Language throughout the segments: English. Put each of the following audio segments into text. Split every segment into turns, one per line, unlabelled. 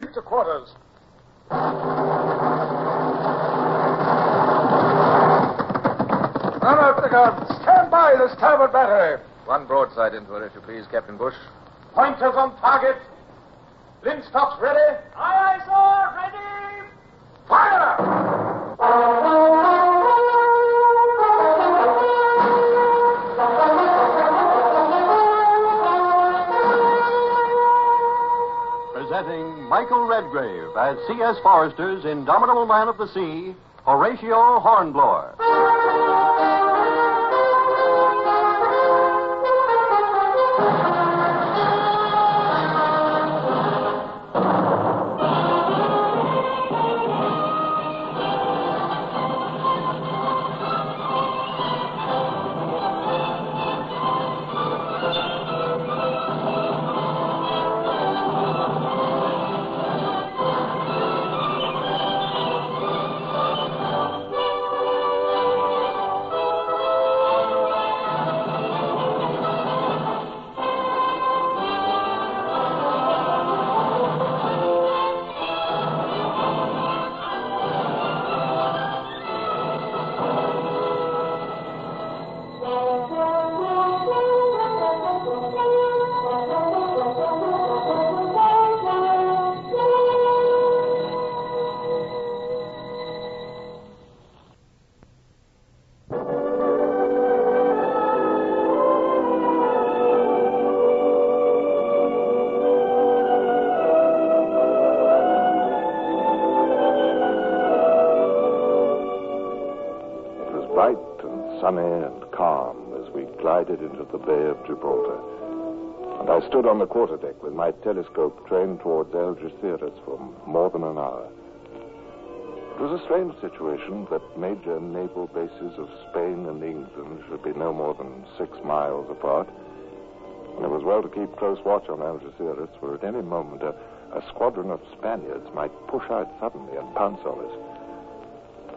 To quarters. Run out the guns. Stand by the starboard battery.
One broadside into her, if you please, Captain Bush.
Pointers on target. Linstock's ready. Aye, aye, sir. Ready. Fire!
Presenting Michael Redgrave as C.S. Forrester's Indomitable Man of the Sea, Horatio Hornblower.
It was bright and sunny and calm as we glided into the Bay of Gibraltar. And I stood on the quarterdeck with my telescope trained towards Algeciras for more than an hour. It was a strange situation that major naval bases of Spain and England should be no more than six miles apart. And it was well to keep close watch on Algeciras, for at any moment a, a squadron of Spaniards might push out suddenly and pounce on us.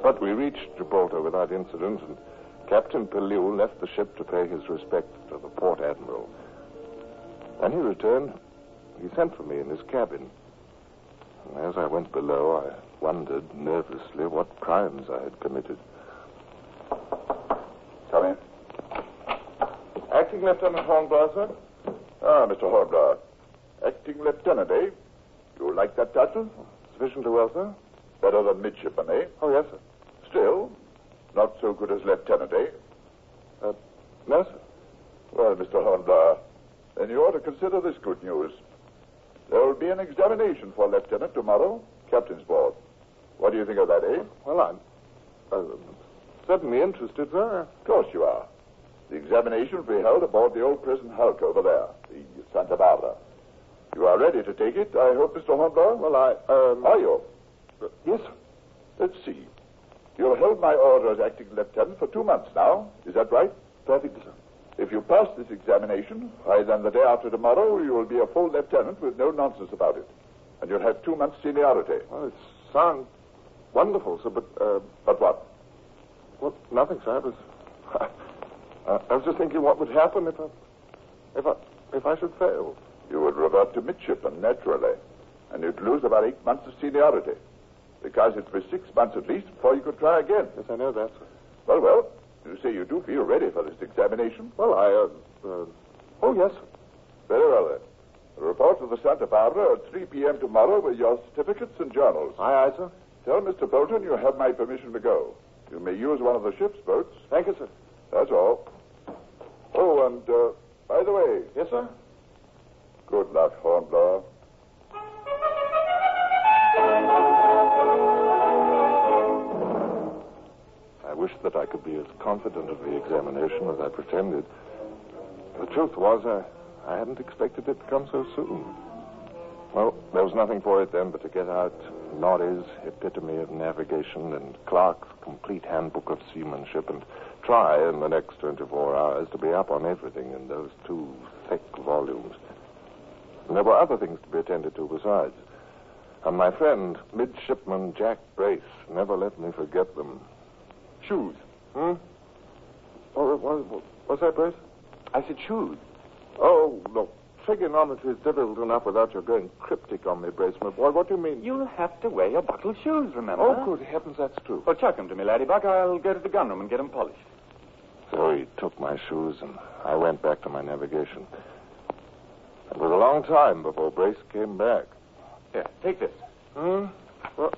But we reached Gibraltar without incident, and Captain Pellew left the ship to pay his respects to the port admiral. When he returned, he sent for me in his cabin. And as I went below, I wondered nervously what crimes I had committed. Come in. Acting Lieutenant Hornblower, sir? Ah, Mr. Hornblower. Acting Lieutenant, eh? You like that title? Sufficiently well, sir. Better than midshipman, eh? Oh, yes, sir. Still, not so good as lieutenant, eh? Uh, no, sir. Well, Mr. Hornblower, then you ought to consider this good news. There will be an examination for lieutenant tomorrow, captain's board. What do you think of that, eh? Well, I'm certainly interested, sir. Of course you are. The examination will be held aboard the old prison hulk over there, the Santa Barbara. You are ready to take it, I hope, Mr. Hornblower? Well, I. Um... Are you? yes, sir. Let's see. You have held my order as acting lieutenant for two months now. Is that right? Perfectly, sir. If you pass this examination, why, then the day after tomorrow you will be a full lieutenant with no nonsense about it. And you'll have two months' seniority. Well, it sounds wonderful, sir, but. Uh... But what? Well, nothing, sir. I was, I was just thinking what would happen if I, if I, if I should fail. You would revert to midshipman, naturally. And you'd lose about eight months of seniority. Because it was six months at least before you could try again. Yes, I know that, sir. Well, well, you say you do feel ready for this examination? Well, I, uh, uh Oh, yes. Very well, then. The report of the Santa Barbara at 3 p.m. tomorrow with your certificates and journals. Aye, aye, sir. Tell Mr. Bolton you have my permission to go. You may use one of the ship's boats. Thank you, sir. That's all. Oh, and, uh, by the way. Yes, sir? Good luck, Hornblower. I wished that I could be as confident of the examination as I pretended.
uh,
The truth was, I, I hadn't expected it to come so soon.
Well, there was nothing for it then but to get out Noddy's Epitome of Navigation and Clark's Complete Handbook of Seamanship and try in the next 24 hours to be up on everything in those two thick volumes. And there were other things to be attended to besides. And my friend, midshipman Jack Brace, never let me forget them. Shoes. Hmm? Oh, what, what's that, Brace? I said shoes. Oh, look. Trigonometry's difficult enough without your going cryptic on me, Brace, my boy. What do you mean?
You'll have to wear your buckled shoes, remember?
Oh, good heavens, that's true.
Well, chuck 'em to me, Ladybug. I'll go to the gunroom and get 'em polished.
So he took my shoes, and I went back to my navigation. It was a long time before Brace came back.
Here, take this.
Hmm? What?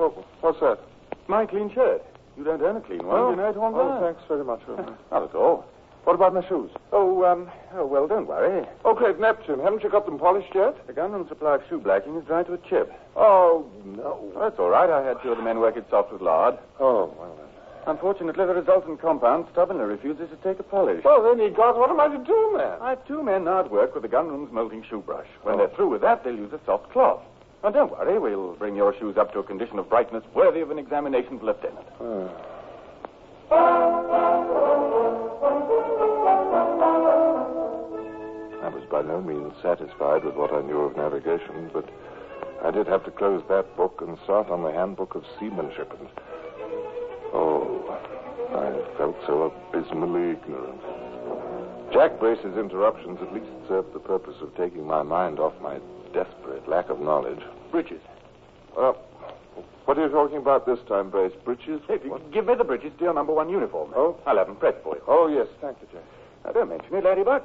Oh, what's that?
My clean shirt. You don't own a clean one. you know it won't
oh thanks very much.
Not at all.
what about my shoes?
Oh, um, oh, well, don't worry.
Oh, great Neptune, haven't you got them polished yet?
The gunroom supply of shoe blacking is dry to a chip.
Oh, no.
Well, that's all right. I had two of the men work it soft with lard.
Oh, well, then.
Unfortunately, the resultant compound stubbornly refuses to take a polish.
Well, then, he got. What am I to do, man? Oh.
I have two men now at work with the gunroom's melting shoe brush. When they're through with that, they'll use a soft cloth. Now, don't worry. We'll bring your shoes up to a condition of brightness worthy of an examination for lieutenant.
I was by no means satisfied with what I knew of navigation, but I did have to close that book and start on the handbook of seamanship. And oh, I felt so abysmally ignorant. Jack Brace's interruptions at least served the purpose of taking my mind off my desperate lack of knowledge.
Bridges.
Uh, what are you talking about this time, Brace? Britches?
Hey,
What?
give me the bridges to your number one uniform.
Oh.
I'll have them pressed for you.
Oh, yes, thank you, Jack.
Now, don't mention it, Ladybuck.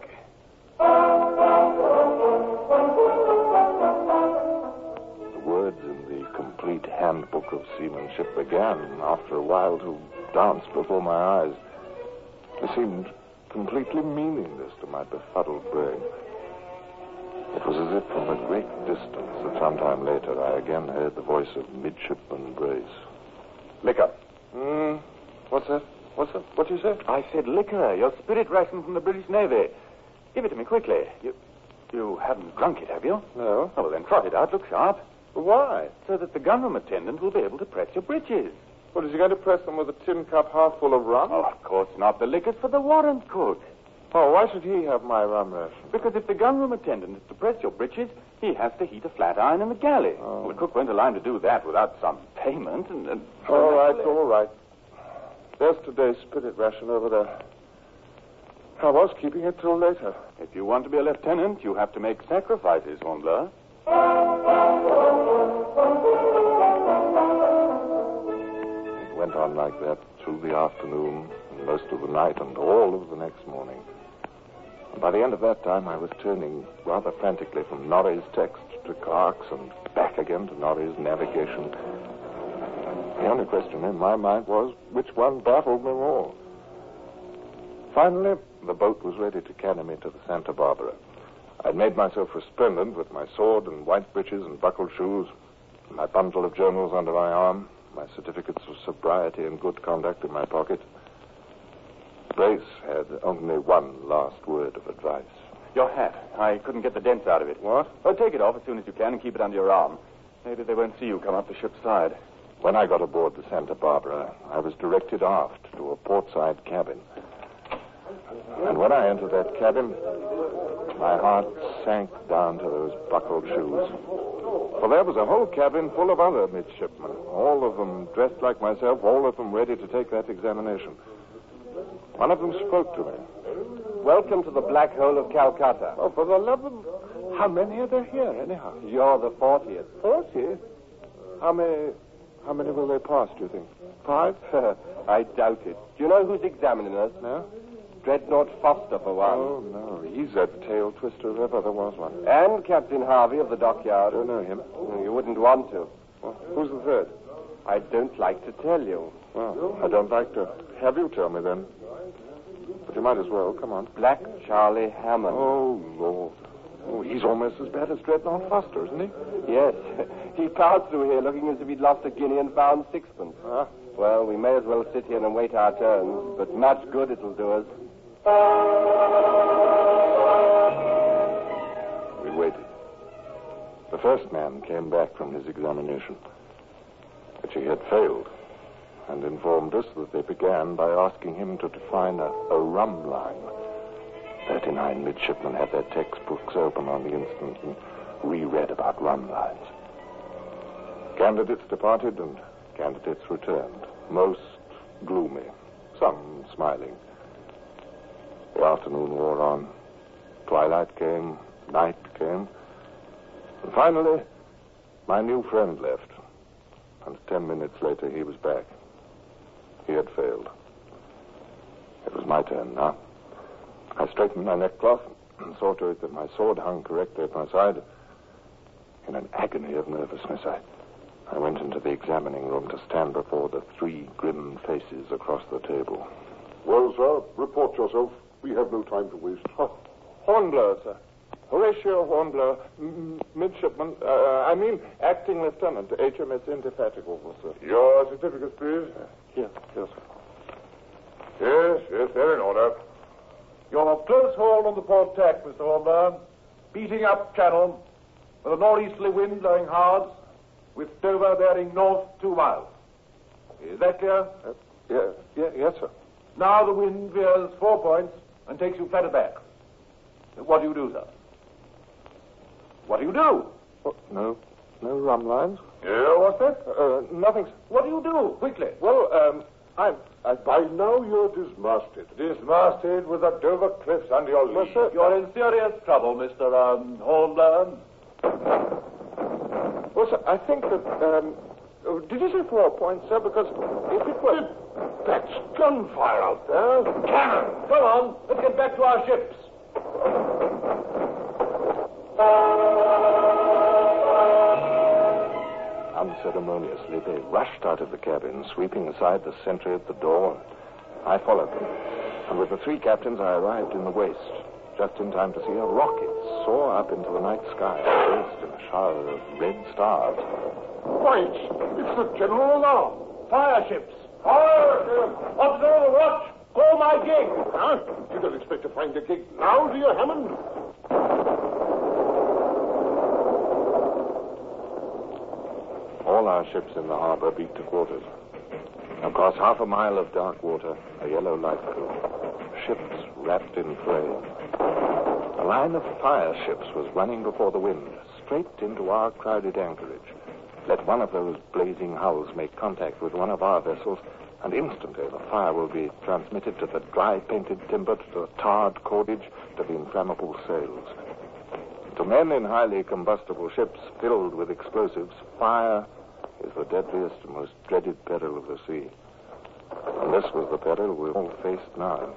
The words in the complete handbook of seamanship began, after a while, to dance before my eyes. They seemed completely meaningless to my befuddled brain. It was as if from a great distance that some time later I again heard the voice of Midshipman Brace.
Liquor.
Hmm? What's that? What's that? What do you say?
I said liquor, your spirit ration from the British Navy. Give it to me quickly. You, you haven't drunk it, have you?
No.
Oh, well, then trot it out. Look sharp.
Why?
So that the gunroom attendant will be able to press your britches.
Well, is he going to press them with a tin cup half full of rum?
Oh, of course not. The liquor's for the warrant cook.
oh why should he have my rum ration?
Because if the gunroom attendant is to press your britches, he has to heat a flat iron in the galley.
Oh.
Well, the cook won't allow him to do that without some payment and... and
All right, all right. There's today's spirit ration over there. I was keeping it till later.
If you want to be a lieutenant, you have to make sacrifices, Hornblower.
It went on like that through the afternoon, and most of the night, and all of the next morning. And by the end of that time, I was turning rather frantically from Norrie's text to Clark's and back again to Norrie's navigation. The only question in my mind was which one baffled them all. Finally, the boat was ready to carry me to the Santa Barbara. I'd made myself resplendent with my sword and white breeches and buckled shoes, my bundle of journals under my arm, my certificates of sobriety and good conduct in my pocket. Grace had only one last word of advice.
Your hat. I couldn't get the dents out of it.
What?
Well, take it off as soon as you can and keep it under your arm. Maybe they won't see you come up the ship's side.
When I got aboard the Santa Barbara, I was directed aft to a portside cabin. And when I entered that cabin, my heart sank down to those buckled shoes. For there was a whole cabin full of other midshipmen, all of them dressed like myself, all of them ready to take that examination. One of them spoke to me.
Welcome to the Black Hole of Calcutta.
Oh, for the love of... How many are there here, anyhow?
You're the 40th.
Forty? How many... How many will they pass, do you think? Five?
I doubt it. Do you know who's examining us?
No?
Dreadnought Foster, for one.
Oh, no. He's a tail twister if ever there was one.
And Captain Harvey of the dockyard.
Don't know him.
You wouldn't want to.
Well, who's the third?
I don't like to tell you.
Well, I don't like to have you tell me then. But you might as well. Come on.
Black Charlie Hammond.
Oh, Lord. Oh, he's almost as bad as Dreadnought Foster, isn't he?
Yes. He passed through here looking as if he'd lost a guinea and found sixpence.
Ah.
Well, we may as well sit here and wait our turn, but much good it'll do us.
We waited. The first man came back from his examination, which he had failed, and informed us that they began by asking him to define a, a rum line. Thirty-nine midshipmen had their textbooks open on the instant and reread about rum lines. Candidates departed and candidates returned, most gloomy, some smiling. The afternoon wore on. Twilight came, night came. And finally, my new friend left. And ten minutes later, he was back. He had failed. It was my turn now. I straightened my neckcloth and saw to it that my sword hung correctly at my side. In an agony of nervousness, I, I went into the examining room to stand before the three grim faces across the table.
Well, sir, report yourself. We have no time to waste.
Hornblower, sir. Horatio Hornblower, m- midshipman, uh, I mean acting lieutenant, HMS Indefatigable, sir.
Your certificates, please.
Yes, yes, sir.
Yes, yes, they're in order.
You're close hauled on the port tack, Mr. Hornblower. Beating up channel, with a northeasterly wind blowing hard, with Dover bearing north two miles. Is that clear?
Yes, yes, yes, sir.
Now the wind veers four points and takes you flat aback. What do you do, sir? What do you do?
What? Oh, No, no rum lines.
Yeah, what's that?
Uh, nothing. sir.
What do you do? Quickly.
Well, um, I'm. I,
By now you're dismasted.
Dismasted with the Dover cliffs under your lee.
You're in serious trouble, Mr. Um, Hornblower.
Well, sir, I think that. Um, oh, did you say four points, sir? Because if it were. That's gunfire out there. Cannon!
Come on, let's get back to our ships.
Unceremoniously, they rushed out of the cabin, sweeping aside the sentry at the door. I followed them, and with the three captains, I arrived in the waist, just in time to see a rocket soar up into the night sky, raised in a shower of red stars.
Why, it's, it's the general alarm.
Fire ships. Fire! Observe the watch. Call my gig.
Huh? You don't expect to find a gig now, do you, Hammond?
All our ships in the harbor beat to quarters. Across half a mile of dark water, a yellow light grew. Ships wrapped in flame. A line of fire ships was running before the wind, straight into our crowded anchorage. Let one of those blazing hulls make contact with one of our vessels, and instantly the fire will be transmitted to the dry painted timber, to the tarred cordage, to the inflammable sails. To men in highly combustible ships filled with explosives, fire is the deadliest and most dreaded peril of the sea. And this was the peril we all faced now.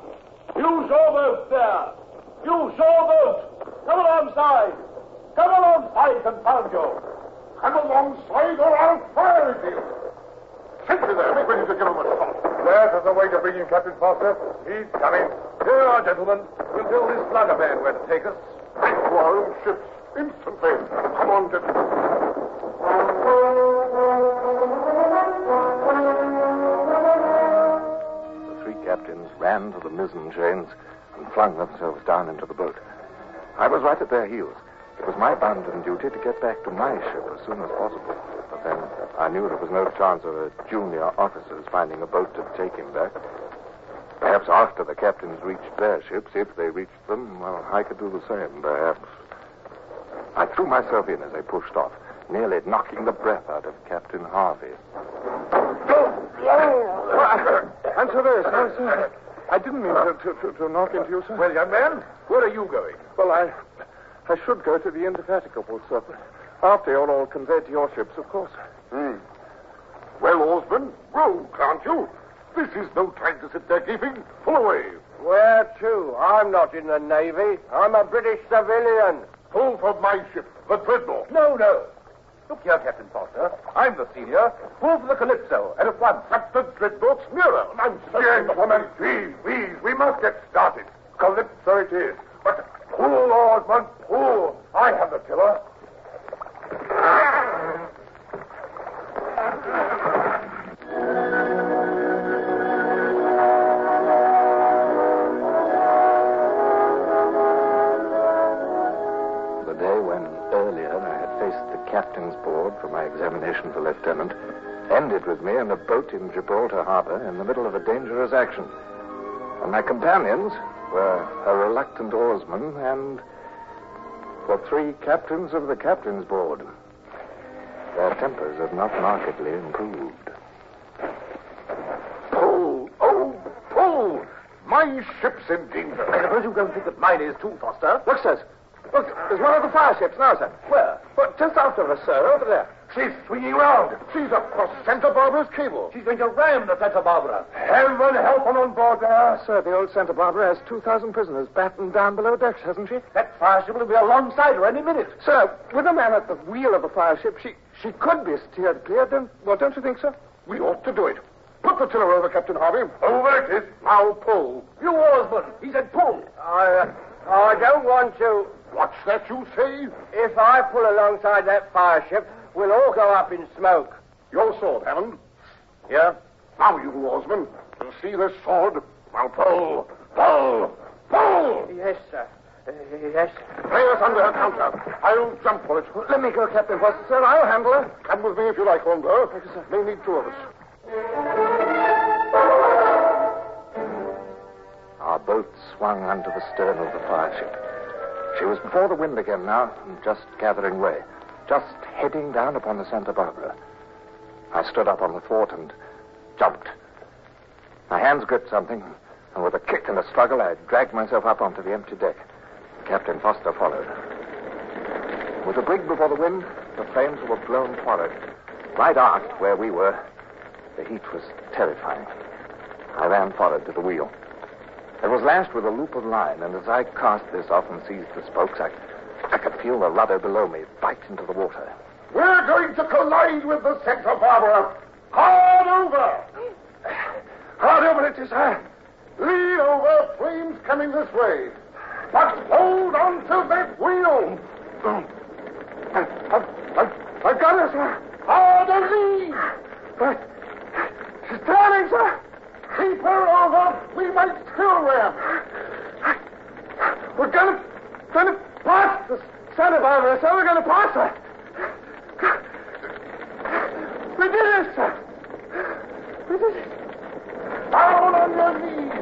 You showboat there. You showboat. Come alongside. Come alongside, confound you.
Come alongside or I'll fire at you. Sentry there, make ready to give him a shot.
That is the way to bring in Captain Foster. He's coming. Here, gentlemen. We'll tell this slugger man where to take us.
Back to our own ships, instantly. Come on, gentlemen.
The three captains ran to the mizzen chains and flung themselves down into the boat. I was right at their heels. It was my bounden duty to get back to my ship as soon as possible. But then I knew there was no chance of a junior officer's finding a boat to take him back. Perhaps after the captains reached their ships, if they reached them, well, I could do the same, perhaps. I threw myself in as they pushed off, nearly knocking the breath out of Captain Harvey. I'm so very sorry, sir. I didn't mean to, to, to, to knock into you, sir. Well, young man, where are you going? Well, I I should go to the Indefatigable, sir. After you're all conveyed to your ships, of course.
Hmm. Well, Osborne, row, can't you? This is no time to sit there gaping. Pull away.
Where to? I'm not in the Navy. I'm a British civilian.
Pull for my ship, the Dreadnought.
No, no. Look here, Captain Foster. I'm the senior. Pull for the Calypso, and at once.
But the Dreadnought's nearer. and I'm certain the woman. Please, please, we must get started. Calypso it is. But pull, Osborne, pull. I have the tiller.
The day when earlier I had faced captain's board for my examination for lieutenant ended with me in a boat in Gibraltar harbor in the middle of a dangerous action. And my companions were a reluctant oarsman and the three captains of the captain's board. Their tempers had not markedly improved.
Pull! Oh, pull! My ship's in danger.
I suppose you don't think that mine is too, Foster.
Look, sirs. Look, there's one of the fire ships now, sir.
Where?
But just after us, sir, over there.
She's swinging round. She's across Santa Barbara's cable.
She's going to ram the Santa Barbara.
Heaven help them on board there.
Sir, the old Santa Barbara has 2,000 prisoners battened down below decks, hasn't she?
That fire ship will be alongside her any minute.
Sir, with a man at the wheel of a fire ship, she, she could be steered clear, don't, well, don't you think so?
We ought to do it. Put the tiller over, Captain Harvey.
Over it is.
Now pull.
You oarsman, he said pull.
I, uh, I don't want to.
What's that you say?
If I pull alongside that fire ship, we'll all go up in smoke.
Your sword, Hammond.
Yeah?
Now, you oarsman, you see this sword? Now pull, pull, pull!
Yes, sir. Uh, yes.
Play us under her counter. I'll jump for it.
Let me go, Captain Foster, sir. I'll handle her.
Come with me if you like, Hornblower. They need two of us.
Our boat swung under the stern of the fire ship. She was before the wind again now, and just gathering way, just heading down upon the Santa Barbara. I stood up on the thwart and jumped. My hands gripped something, and with a kick and a struggle, I dragged myself up onto the empty deck. Captain Foster followed. With the brig before the wind, the flames were blown forward. Right aft, where we were, the heat was terrifying. I ran forward to the wheel. It was lashed with a loop of line, and as I cast this off and seized the spokes, I, I could feel the rudder below me bite into the water.
We're going to collide with the Santa Barbara. Hard over! Hard over it is, sir. Lee over, flames coming this way. But hold on to that wheel. I, I, I, I've got her, sir. Hard a lee. But she's turning, sir. Keep her over. We might still ram. We're gonna, gonna pass the Santa Barbara, sir. We're gonna pass her. We did it, sir. We did it down on your knees.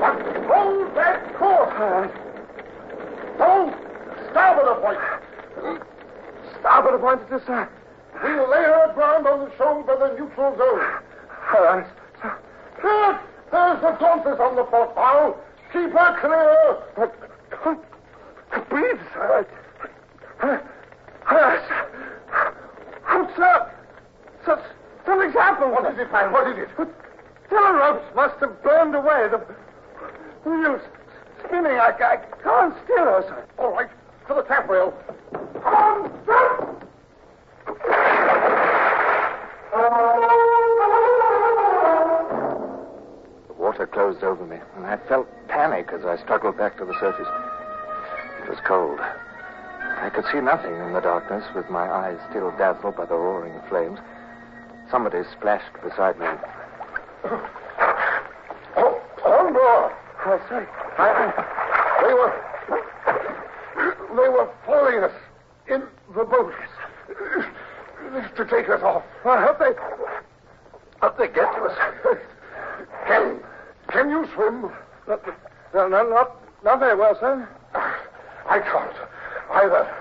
But hold that course. Don't starboard a point.
Starboard a point to sir.
We'll lay her aground on the shoals of the neutral zone.
All right, sir.
Here, there's the Dauntless on the port bow. Keep her clear.
But can't, can't breathe, sir. Yes. Oh, sir. sir. Something's happened.
What is it, man? What is it?
What? Tiller ropes must have burned away. The wheel's spinning. I, I can't steer her, sir.
All right, to the taffrail. Come on, jump!
The water closed over me, and I felt panic as I struggled back to the surface. It was cold. I could see nothing in the darkness, with my eyes still dazzled by the roaring flames. Somebody splashed beside me,
Oh, Hornblower!
Oh, sorry.
I, they were. They were following us in the boat. To take us off.
I hope they. Hope they get to us.
Can. Can you swim?
No, no, no, not, not very well, sir.
Ah, I can't either.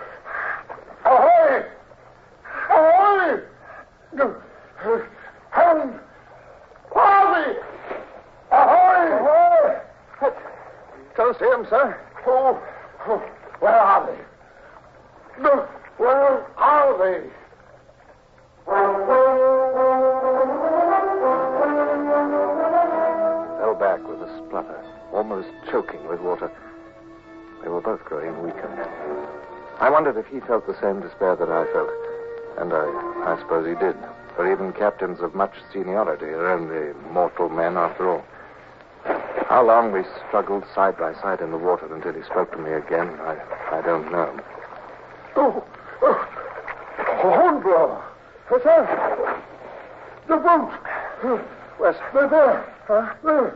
Ahoy! Ahoy! Hound! Harvey! Ahoy! Ahoy!
Don't see him, sir.
Oh, oh, where are they? No, where are they?
I fell back with a splutter, almost choking with water. We were both growing weaker. I wondered if he felt the same despair that I felt. And I, I suppose he did, for even captains of much seniority are only mortal men after all. How long we struggled side by side in the water until he spoke to me again, I, I don't know.
Oh, oh, Hornblower.
What's that?
The boat.
Where's...
They're there.
Huh?
There.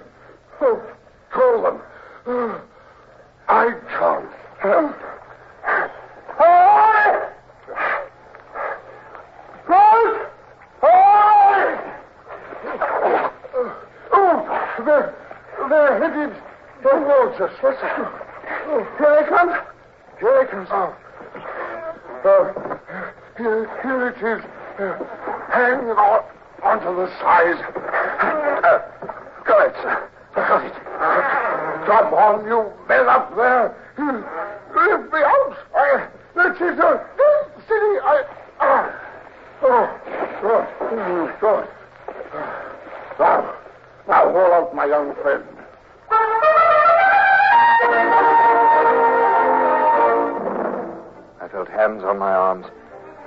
Oh, call them. Oh, I can't. Ahoy!
Oh, just listen. Oh, Here he comes. Here he comes. Oh. Oh. Here, here it is. Hang on, onto the sides. Uh, got it, sir. Got it. Come on, you men up there. Leave me out. I, this is a city. I. ah. Oh, good. Good. Now, now, haul out my young friend.
I felt hands on my arms,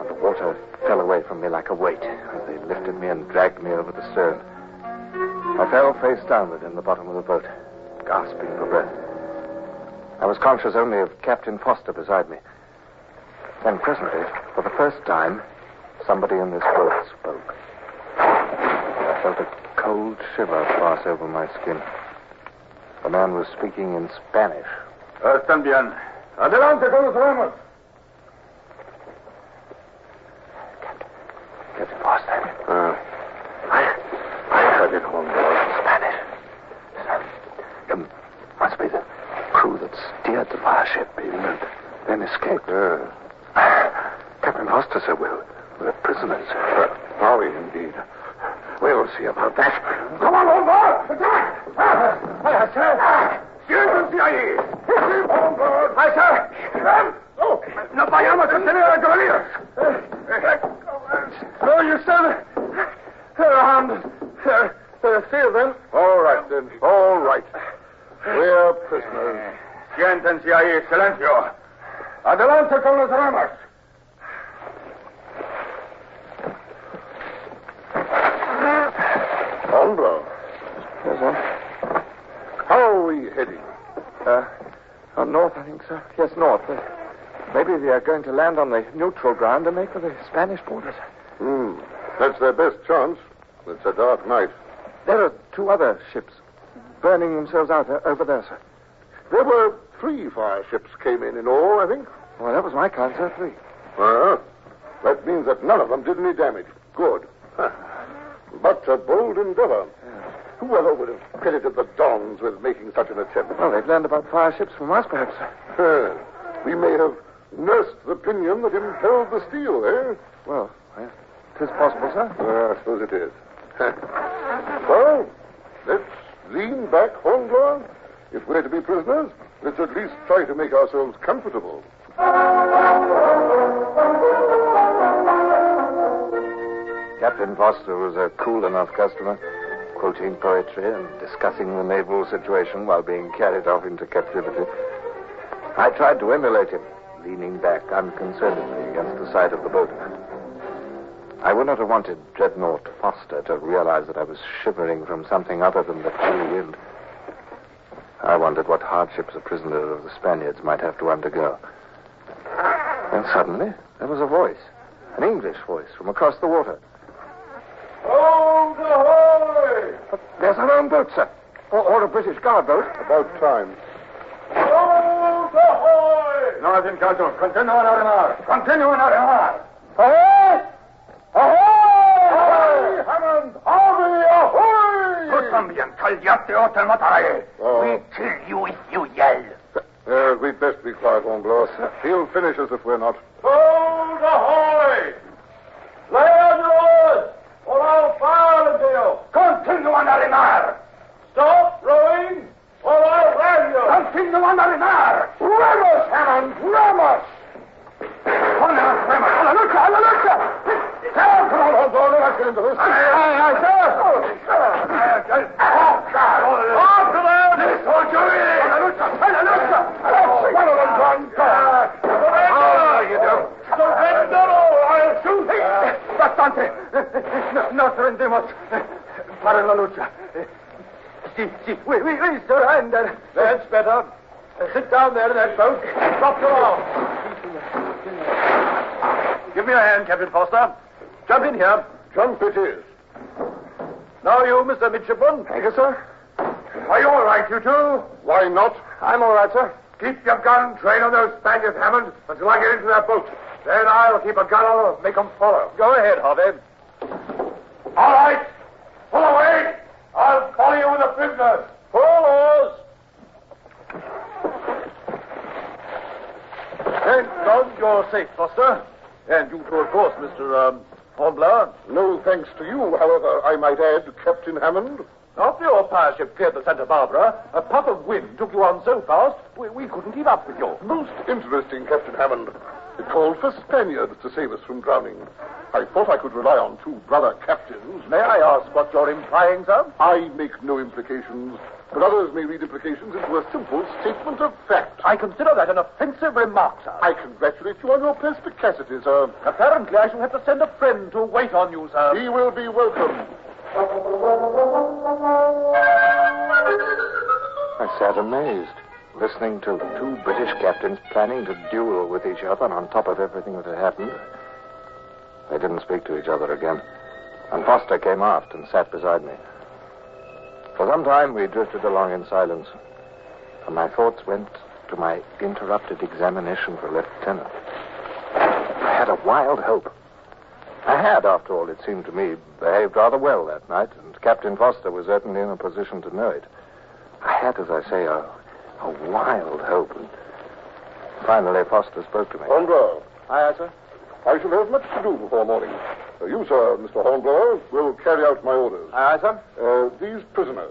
and the water fell away from me like a weight as they lifted me and dragged me over the stern. I fell face downward in the bottom of the boat, gasping for breath. I was conscious only of Captain Foster beside me. Then presently, for the first time, somebody in this boat spoke. I felt a cold shiver pass over my skin. The man was speaking in Spanish.
Están bien. Adelante con los remos.
Captain Foster.
I, I heard it, Holmes.
Spanish. Um, must be the crew that steered the fire ship in and then escaped. Captain Foster, sir, we're, we're prisoners.
Are we indeed? We'll see about that. Come on, old boy! Aye, sir. Siéntense ahí. Sí, por favor. Aye, sir. No vayamos a tener a caballeros. No, you said they're armed. There are three of them. All right, then. All right. We're prisoners. Siéntense ahí, silencio. Adelante con los ramas. Hombro. Yes, sir. How are we heading?
Uh, on north, I think, sir. Yes, north. Uh, maybe they are going to land on the neutral ground and make for the Spanish borders.
Hmm. That's their best chance. It's a dark night.
There are two other ships burning themselves out uh, over there, sir.
There were three fire ships came in in all, I think.
Well, that was my count, sir, three.
Uh-huh. That means that none of them did any damage. Good. Huh. But a bold endeavor. Whoever would have credited the Dons with making such an attempt?
Well, they've learned about fire ships from us, perhaps, sir.
Huh. We may have nursed the pinion that impelled the steel, eh?
Well, well, 'tis possible, sir.
Uh, I suppose it is. well, let's lean back, Hornblower. If we're to be prisoners, let's at least try to make ourselves comfortable.
Captain Foster was a cool enough customer, quoting poetry and discussing the naval situation while being carried off into captivity. I tried to emulate him, leaning back unconcernedly against the side of the boat. I would not have wanted Dreadnought Foster to realize that I was shivering from something other than the chill wind. I wondered what hardships a prisoner of the Spaniards might have to undergo. Then suddenly, there was a voice, an English voice from across the water.
Hold ahoy!
There's an armed boat, sir. Or, or a British guard boat.
About time. Hold ahoy! Northern Council, continue on our remark. Continue on our remark. Ahoy! Ahoy! Hammond! Harvey, ahoy! We kill you if you yell. Oh. Uh, we'd best be quiet, Hornblower. He'll finish us if we're not.
Hold ahoy! Lay on your oars, or I'll fire into you.
Continue on our remark.
Stop rowing, or I'll ram you.
Continue on our remark. Ramos, Hammond! Ramos! On our remark. Aleluya! Aleluya! Sir, come on, Hornblower. We're not getting into this. Aye, aye, aye, sir. Oh, sir. Oh, God. After them. This will do it. Aleluya! Aleluya! That's one of them, John. Oh, you don't. Surrender or I'll shoot. Bastante. No rendemos. Para la lucha. Si, si. We, we, we surrender. That's better. Sit down there in that boat. Drop your arm. Give me your hand, Captain Foster. Jump in here. Jump it is. Now you, Mr. Midshipman. Thank you, sir. Are you all right, you two? Why not? I'm all right, sir. Keep your gun trained on those Spaniards, Hammond, until I get into that boat. Then I'll keep a gun on them and make them follow. Go ahead, Harvey. All right. Pull away. I'll follow you with the prisoners. Pull oars. Faraday.
Dodge, you're safe, Foster. And you too, of course, Mr. Um, Hornblower.
No thanks to you, however, I might add, Captain Hammond.
After your pirate ship cleared the Santa Barbara, a puff of wind took you on so fast, we, we couldn't keep up with you.
Most interesting, Captain Hammond. It called for Spaniards to save us from drowning. I thought I could rely on two brother captains.
May I ask what you're implying, sir?
I make no implications, but others may read implications into a simple statement of fact.
I consider that an offensive remark, sir.
I congratulate you on your perspicacity, sir.
Apparently, I shall have to send a friend to wait on you, sir.
He will be welcome.
I sat amazed, listening to two British captains planning to duel with each other, and on top of everything that had happened, they didn't speak to each other again. And Foster came aft and sat beside me. For some time, we drifted along in silence, and my thoughts went to my interrupted examination for lieutenant. I had a wild hope. I had, after all, it seemed to me, behaved rather well that night, and Captain Foster was certainly in a position to know it. I had, as I say, a, a wild hope. And finally, Foster spoke to me.
Hornblower,
Aye, sir.
I shall have much to do before morning. Uh, you, sir, Mr. Hornblower, will carry out my orders.
Aye, sir.
Uh, these prisoners.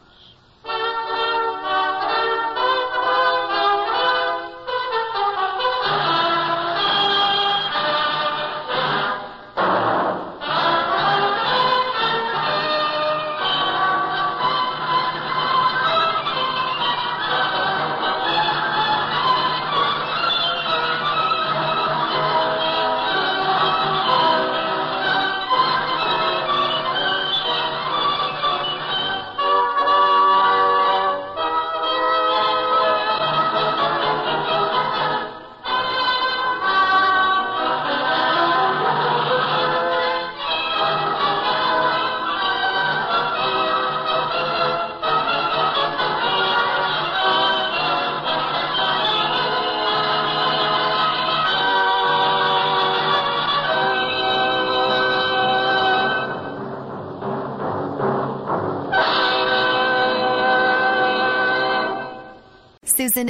Susan,